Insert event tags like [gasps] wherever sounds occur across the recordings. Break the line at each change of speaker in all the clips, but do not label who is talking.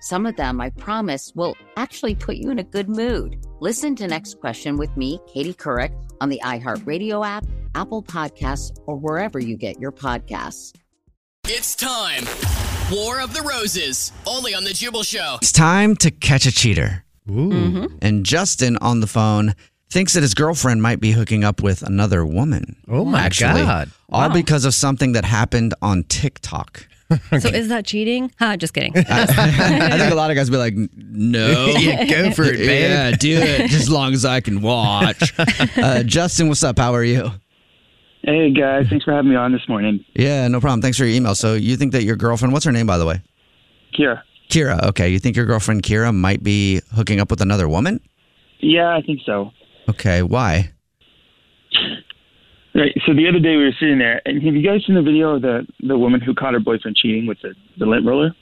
Some of them, I promise, will actually put you in a good mood. Listen to Next Question with me, Katie Couric, on the iHeartRadio app, Apple Podcasts, or wherever you get your podcasts.
It's time. War of the Roses, only on The Jubal Show.
It's time to catch a cheater.
Mm-hmm.
Mhm.
And Justin on the phone thinks that his girlfriend might be hooking up with another woman.
Oh my
actually,
God.
All because of something that happened on TikTok. [laughs]
So is that cheating? Huh, just kidding.
I think a lot of guys be like, no.
[laughs] Yeah, go for it, babe.
Yeah, [laughs] do it just as long as I can watch.
[laughs]
Uh, Justin, what's up? How are you?
Hey guys, thanks for having me on this morning.
Yeah, no problem. Thanks for your email. So you think that your girlfriend, what's her name, by the way?
Kira.
Kira. Okay. You think your girlfriend, Kira, might be hooking up with another woman?
Yeah, I think so.
Okay. Why?
Right. So the other day we were sitting there, and have you guys seen the video of the the woman who caught her boyfriend cheating with the the lint roller?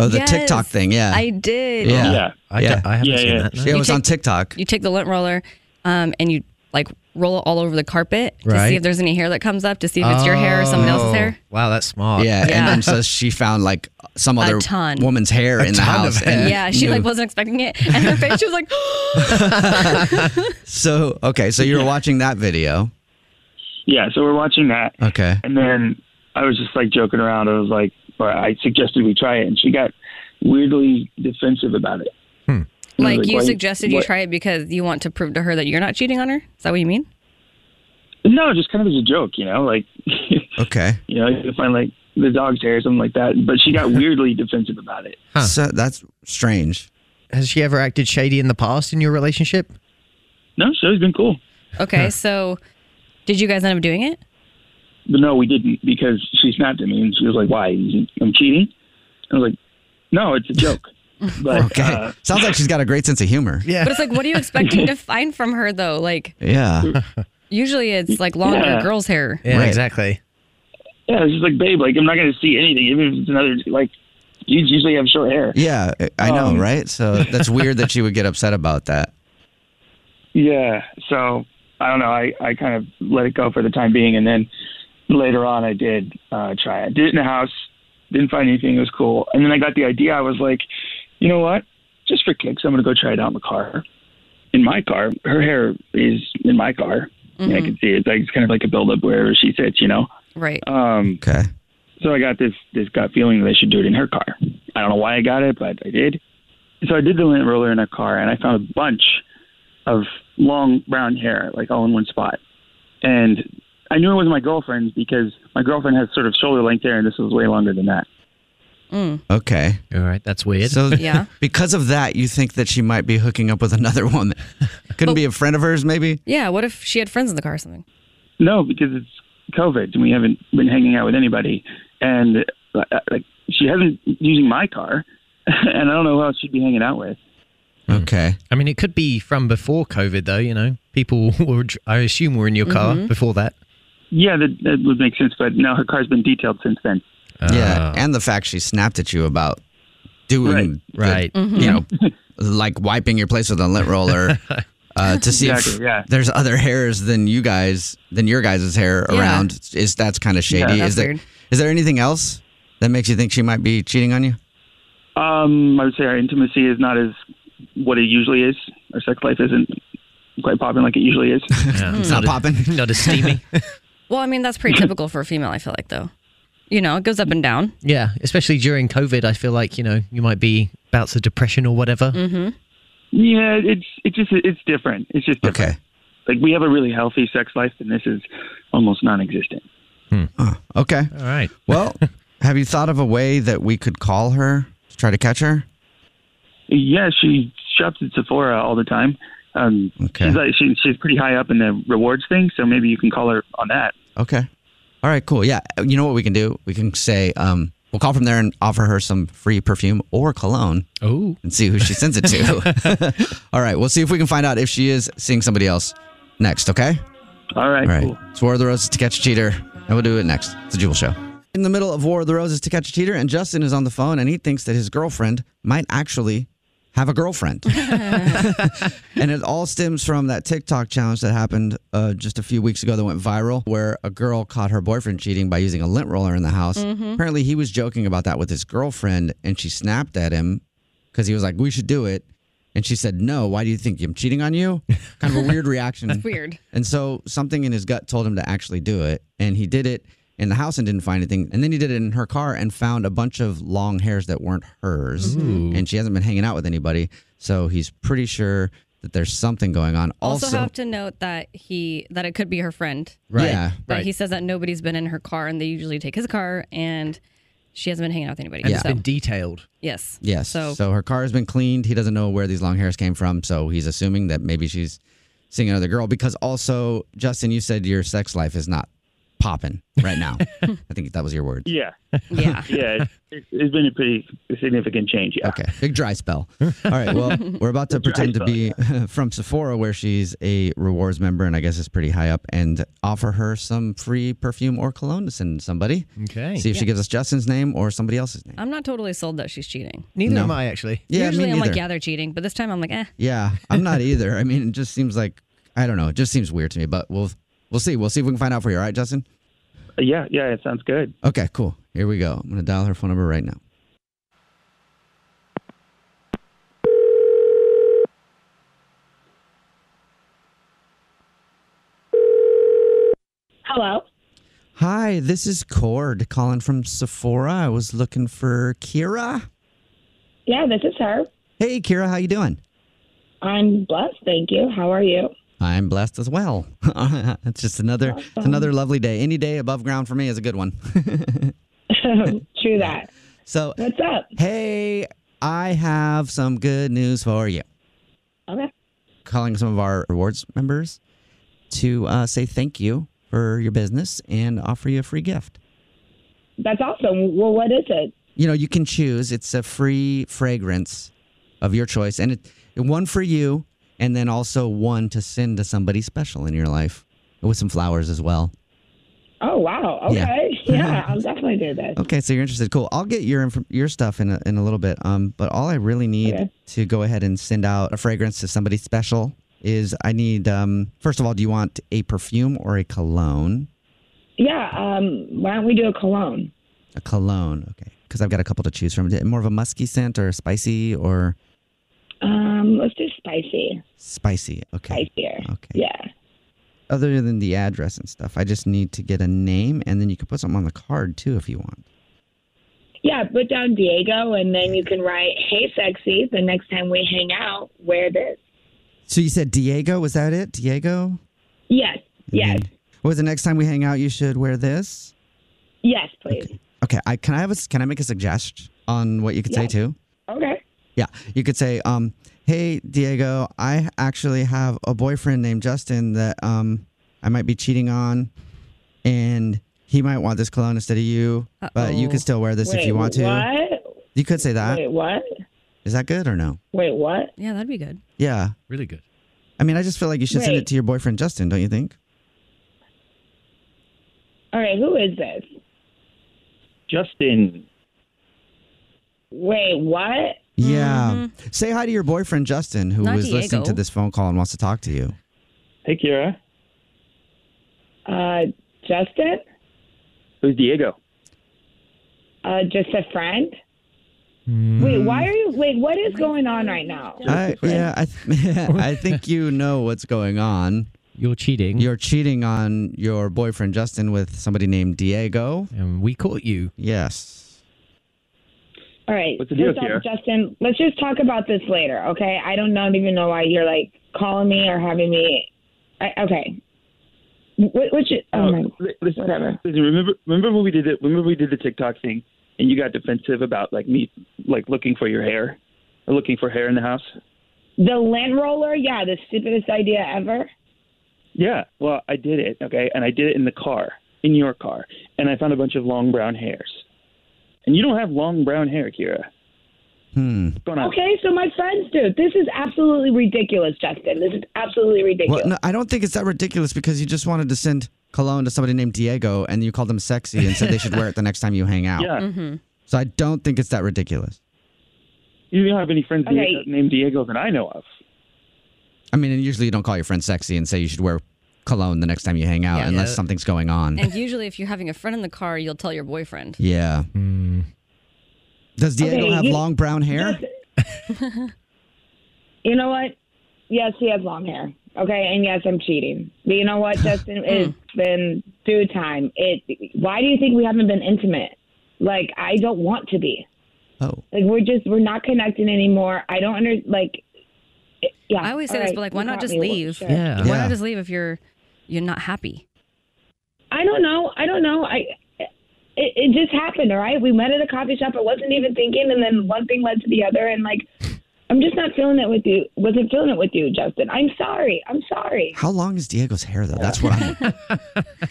Oh, the
Yes,
TikTok thing. Yeah.
I did.
Yeah.
I,
Yeah.
I haven't
Yeah,
seen
yeah.
that. no.
Yeah, it was
You
on TikTok.
You take the lint roller um, and you like roll it all over the carpet to
Right.
see if there's any hair that comes up to see if it's your hair or someone else's hair.
Oh, Wow, that's smart.
Yeah,
Yeah.
and then says she found like some other
ton.
woman's hair in the
ton
house.
of hair.
and [laughs]
Yeah, she
knew.
like wasn't expecting it, and her face she was like, [gasps]
so okay, so you were watching that video.
Yeah. So we're watching that,
Okay.
and then I was just like joking around. I was like, or I suggested we try it, and she got weirdly defensive about it.
Hmm.
And I was
like you
"Why-
suggested you
what-"
try it because you want to prove to her that you're not cheating on her. Is that what you mean?
No, just kind of as a joke, you know, like [laughs]
Okay.
you know, you find like the dog's hair or something like that. But she got
[laughs]
weirdly defensive about it.
Huh.
So that's strange.
Has she ever acted shady in the past in your relationship?
No, she's always been cool.
Okay, so did you guys end up doing it?
But no, we didn't because she snapped at me and she was like, "Why? I'm cheating?" I was like, "No, it's a joke." But
Okay.
uh,
Sounds like she's got a great sense of humor.
Yeah.
But it's like, what are you expecting to find from her though? Like
Yeah.
usually it's like longer
Yeah.
girls' hair.
[laughs] Yeah,
Right.
exactly.
yeah, I was just like, "Babe, like I'm not going to see anything, even if it's another like." Dudes usually have short hair.
Yeah, I- I know,
Um,
right? So that's weird that she would get upset about that.
Yeah, so I don't know. I I kind of let it go for the time being, and then later on, I did uh, try it. Did it in the house. Didn't find anything. It was cool, and then I got the idea. I was like, you know what? Just for kicks, I'm going to go try it out in the car. In my car, her hair is in my car. and I
Mhm.
can see it. Like it's kind of like a buildup wherever she sits, you know.
Right.
Um,
Okay.
so I got this this gut feeling that I should do it in her car. I don't know why I got it, but I did. So I did the lint roller in her car, and I found a bunch of long brown hair, like all in one spot. And I knew it was my girlfriend's because my girlfriend has sort of shoulder length hair, and this was way longer than that.
Mm.
Okay.
All right, that's weird.
So
Yeah.
because of that, you think that she might be hooking up with another woman. Couldn't
But-
be a friend of hers, maybe?
Yeah. What if she had friends in the car or something?
No, because it's COVID, and we haven't been hanging out with anybody. And uh, like she hasn't using my car, [laughs] and I don't know who else she'd be hanging out with.
Okay.
I mean, it could be from before COVID, though. You know, people [laughs] were, dr- I assume, were in your car
Mm-hmm.
before [laughs] that.
Yeah, that, that would make sense. But no, her car's been detailed since then.
Yeah.
Uh,
And the fact she snapped at you about doing,
Right. Mm-hmm.
the- you know, like wiping your place with a lint
[laughs]
roller uh, to see if
Exactly, yeah.
there's other hairs than you guys, than your guys' hair
Yeah.
around. Is that's kind of shady?
Yeah.
is
That's
there is
weird.
there anything else that makes you think she might be cheating on you?
Um, I would say our intimacy is not as what it usually is. Our sex life isn't quite popping like it usually
[laughs]
is.
Yeah,
It's not popping.
A, [laughs] not as steamy.
Well, I mean, that's pretty typical for a female, I feel like, though. You know, it goes up and down.
yeah, especially during COVID, I feel like you know you might be bouts of depression or whatever.
Mm-hmm. yeah, it's it's just it's different. It's just different.
Okay.
Like we have a really healthy sex life, and this is almost non-existent.
Oh, okay.
All right. [laughs]
Well, have you thought of a way that we could call her to try to catch her?
Yeah, she shops at Sephora all the time. Um,
Okay.
She's like she, she's pretty high up in the rewards thing, so maybe you can call her on that.
Okay. All right, cool. Yeah. You know what we can do? We can say, um, we'll call from there and offer her some free perfume or cologne
Oh,
and see who she sends it to. All right. We'll see if we can find out if she is seeing somebody else next, okay?
All right,
All right.
cool.
It's War of the Roses to catch a cheater. And we'll do it next. It's a Jubal Show. In the middle of War of the Roses to catch a cheater, and Justin is on the phone and he thinks that his girlfriend might actually have a girlfriend. and it all stems from that TikTok challenge that happened uh, just a few weeks ago that went viral where a girl caught her boyfriend cheating by using a lint roller in the house. Apparently, he was joking about that with his girlfriend and she snapped at him because he was like, We should do it. And she said, No, why do you think I'm cheating on you? Kind of a weird reaction.
Weird.
And so something in his gut told him to actually do it. And he did it in the house and didn't find anything. And then he did it in her car and found a bunch of long hairs that weren't hers. And she hasn't been hanging out with anybody. So he's pretty sure that there's something going on.
Also,
Also,
have to note that he that it could be her friend.
right.
Yeah.
But
right.
he says that nobody's been in her car, and they usually take his car, and she hasn't been hanging out with anybody.
and
Yeah.
it's been detailed.
yes.
yes. So, [laughs]
So-
her car has been cleaned. He doesn't know where these long hairs came from. So he's assuming that maybe she's seeing another girl because also, Justin, you said your sex life is not popping right now. I think that was your word.
Yeah,
Yeah.
yeah.
[laughs]
It's, it's been a pretty significant change. Yeah.
Okay, big dry spell. All right,
[laughs]
well, we're about to pretend to
spell,
be [laughs] from Sephora, where she's a rewards member, and I guess is pretty high up, and offer her some free perfume or cologne to send somebody.
Okay.
See if she gives us Justin's name or somebody else's name.
I'm not totally sold that she's cheating.
Neither
No.
am I actually.
yeah,
Usually
me
I'm like,
neither.
yeah, they're cheating, but this time I'm like, eh.
Yeah, I'm not either. I mean, it just seems like I don't know. It just seems weird to me, but we'll we'll see. We'll see if we can find out for you. All right, Justin.
Yeah, yeah. It sounds good.
Okay, cool. Here we go. I'm gonna dial her phone number right now.
Hello.
Hi, this is Cord calling from Sephora. I was looking for Kira.
Yeah, this is her.
Hey, Kira, how you doing?
I'm blessed, thank you. How are you?
I'm blessed as well. [laughs] it's just another it's another lovely day. Any day above ground for me is a good one.
[laughs]
[laughs]
True that.
so,
What's up?
hey, I have some good news for you.
Okay.
Calling some of our rewards members to uh, say thank you for your business and offer you a free gift.
That's awesome. Well, what is it?
You know, you can choose. It's a free fragrance of your choice, and it one for you, and then also one to send to somebody special in your life with some flowers as well.
Oh, wow.
Yeah. [laughs]
Okay. Yeah, I'll definitely do this.
Okay, so you're interested. Cool. I'll get your inf- your stuff in a, in a little bit. Um, but all I really need
Okay.
to go ahead and send out a fragrance to somebody special is I need um first of all, do you want a perfume or a cologne?
Yeah, um, why don't we do a cologne?
A cologne, okay? Because I've got a couple to choose from. More of a musky scent or a spicy or
Um, let's do spicy.
spicy. Okay.
Spicier.
Okay.
Yeah.
Other than the address and stuff, I just need to get a name, and then you can put something on the card too if you want.
Yeah, put down Diego and then you can write, Hey sexy, the next time we hang out, wear this.
So you said Diego, was that it? Diego.
Yes.
And
Yes.
then- What was the next time we hang out? You should wear this.
Yes, please.
Okay, I can I have a can I make a suggestion on what you could say
Yeah.
too?
Okay.
Yeah, you could say, um, "Hey Diego, I actually have a boyfriend named Justin that um I might be cheating on, and he might want this cologne instead of you, but you
Uh-oh.
can still wear this
Wait,
if you want to.
What?
You could say that. Is
Wait, what?
that good or no?
Wait, what?
Yeah, that'd be good.
Yeah,
Really good.
I mean, I just feel like you should send it
Wait.
to your boyfriend Justin, don't you think?
All right, who is this?
Justin, Wait, what?
Yeah.
Mm-hmm.
Say hi to your boyfriend, Justin, who
Not
is listening
Diego.
to this phone call and wants to talk to you.
Hey, Kira.
Uh, Justin?
Who's Diego?
Uh, just a friend? Wait, why are you? Wait, what is going on right now?
I, yeah, I, th- [laughs] I think you know what's going on.
You're
Hmm?
cheating.
You're cheating on your boyfriend, Justin, with somebody named Diego.
And we caught you.
Yes.
All right.
What's the deal
first off,
here?
Justin, let's just talk about this later, okay? I don't know, even know why you're like calling me or having me. I, okay. What, what's your, oh, my,
li- listen,
whatever.
listen, remember, remember when we did it? Remember we did the TikTok thing, and you got defensive about like me, like looking for your hair, or looking for hair in the house.
The lint roller? Yeah, the stupidest idea ever.
Yeah, well, I did it, okay, and I did it in the car, in your car, and I found a bunch of long brown hairs. And you don't have long brown hair, Kira.
Hmm.
What's going on?
Okay, so my friends do. This is absolutely ridiculous, Justin. This is absolutely
Well,
ridiculous.
no, I don't think it's that ridiculous because you just wanted to send cologne to somebody named Diego and you called them sexy and said they should wear it the next time you hang
[laughs]
out.
Yeah.
Mm-hmm.
So I don't think it's that ridiculous.
You don't have any friends
Okay.
named Diego that I know of.
I mean, and usually you don't call your friend sexy and say you should wear cologne the next time you hang out
Yeah.
unless
Yeah.
something's going on.
And usually, if you're having a friend in the car, you'll tell your boyfriend.
yeah. Does Diego
Hmm. Okay,
have
you-
long brown hair?
You know what? Yes, he has long hair. Okay, and yes, I'm cheating. But you
[laughs]
know what,
Hmm.
Justin? It's been due time. It. Why do you think we haven't been intimate? Like I don't want to be.
Oh.
Like we're just we're not connecting anymore. I don't under like. it- yeah.
I always say
all
this,
right,
but like,
you
why not
got
just
me. Well,
leave?
sure.
Why
Yeah.
not just leave if you're you're not happy?
I don't know. I don't know. I. It, it just happened, all right? We met at a coffee shop. I wasn't even thinking, and then one thing led to the other, and like, I'm just not feeling it with you. Wasn't feeling it with you, Justin. I'm sorry. I'm sorry.
How long is Diego's hair though? That's
[laughs]
what I'm.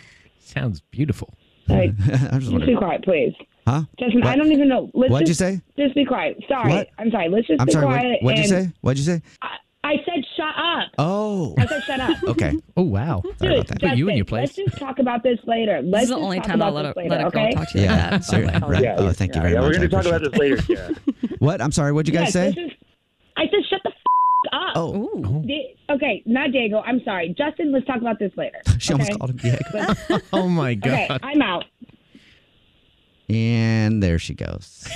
[laughs]
Sounds beautiful.
Like,
I'm just
Just be
wondering.
quiet, please.
Huh?
Justin, I don't even know. Let's
What'd you
just-
say?
Just be quiet. Sorry.
What?
I'm sorry. Let's just
I'm
be
sorry. What,
quiet.
what'd you
and-
say? What'd you say?
I said shut up.
Oh.
I said
[laughs]
shut up.
[laughs]
Okay.
Oh wow.
Dude,
Put you in
Justin,
your place.
Let's just talk about this later.
This
Let's
is the
just
only
talk
time
about
I'll let
this
a-
later,
let a girl
okay?
talk to you like
Yeah.
that.
Sorry. Right.
Yeah,
oh, thank
yeah,
you very
yeah,
much.
We're going to
I
talk about
appreciate
this later, Kira.
it. What? I'm sorry. What'd you guys
Yes,
say?
this is- I said shut the f- up.
Oh.
Di- okay, not Diego. I'm sorry. Justin, let's talk about this later.
[laughs] She
okay?
almost called him
[laughs]
Diego.
Oh my
Okay,
god.
I'm out.
And there she goes.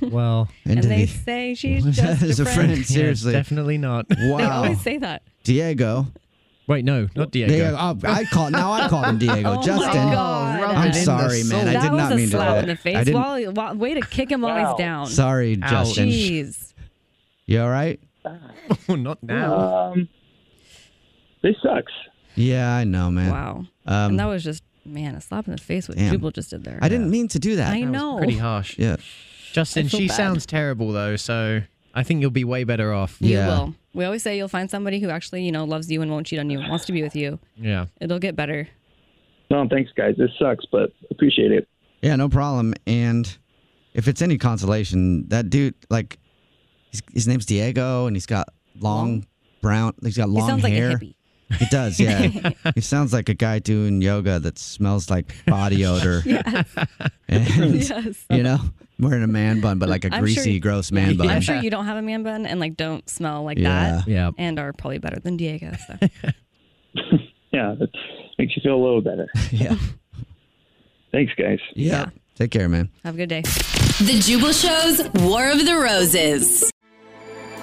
Well,
And
Into
they
the- [laughs]
say she's
That
just
is
a
a
friend.
friend, seriously.
Yeah, definitely not.
They
Wow.
always say that.
Diego.
Wait, no, not Diego.
Diego. Oh, I call now I call
[laughs]
him Diego.
Oh my
Justin.
God.
Rub
I'm
it in the
sorry, man.
soul.
I
that
did
was
not
a
mean to. do
slap
that.
in the
I
face.
didn't,
Wally, wa- way to kick him always down.
sorry,
Ouch.
Justin.
Jeez.
You all right?
Oh, not now.
Um, this sucks.
Yeah, I know, man.
Wow.
Um,
and that was just man a slap in the face what
damn.
Jubal just did there.
I didn't mean to do that.
I know.
Pretty harsh.
Yeah.
Justin,
I feel
she
bad.
sounds terrible though, so I think you'll be way better off.
You
Yeah.
will. We always say you'll find somebody who actually you know loves you and won't cheat on you, and wants to be with you.
Yeah.
It'll get better.
No, thanks, guys. This sucks, but appreciate it.
Yeah, no problem. And if it's any consolation, that dude, like, his, his name's Diego, and he's got long brown. He's got long
he sounds
hair.
like a hippie.
He does,
[laughs]
yeah. he sounds like a guy doing yoga that smells like
[laughs]
body odor. And,
Yes.
You know, wearing a man bun, but like a
I'm sure-
greasy, gross man bun.
I'm sure you don't have a man bun and like don't smell like
Yeah.
that.
Yeah.
And are probably better than Diego.
[laughs]
So.
Yeah, that makes you feel a little better.
[laughs] yeah.
Thanks, guys.
yeah. Take care, man.
have a good day.
The Jubal Show's War of the Roses.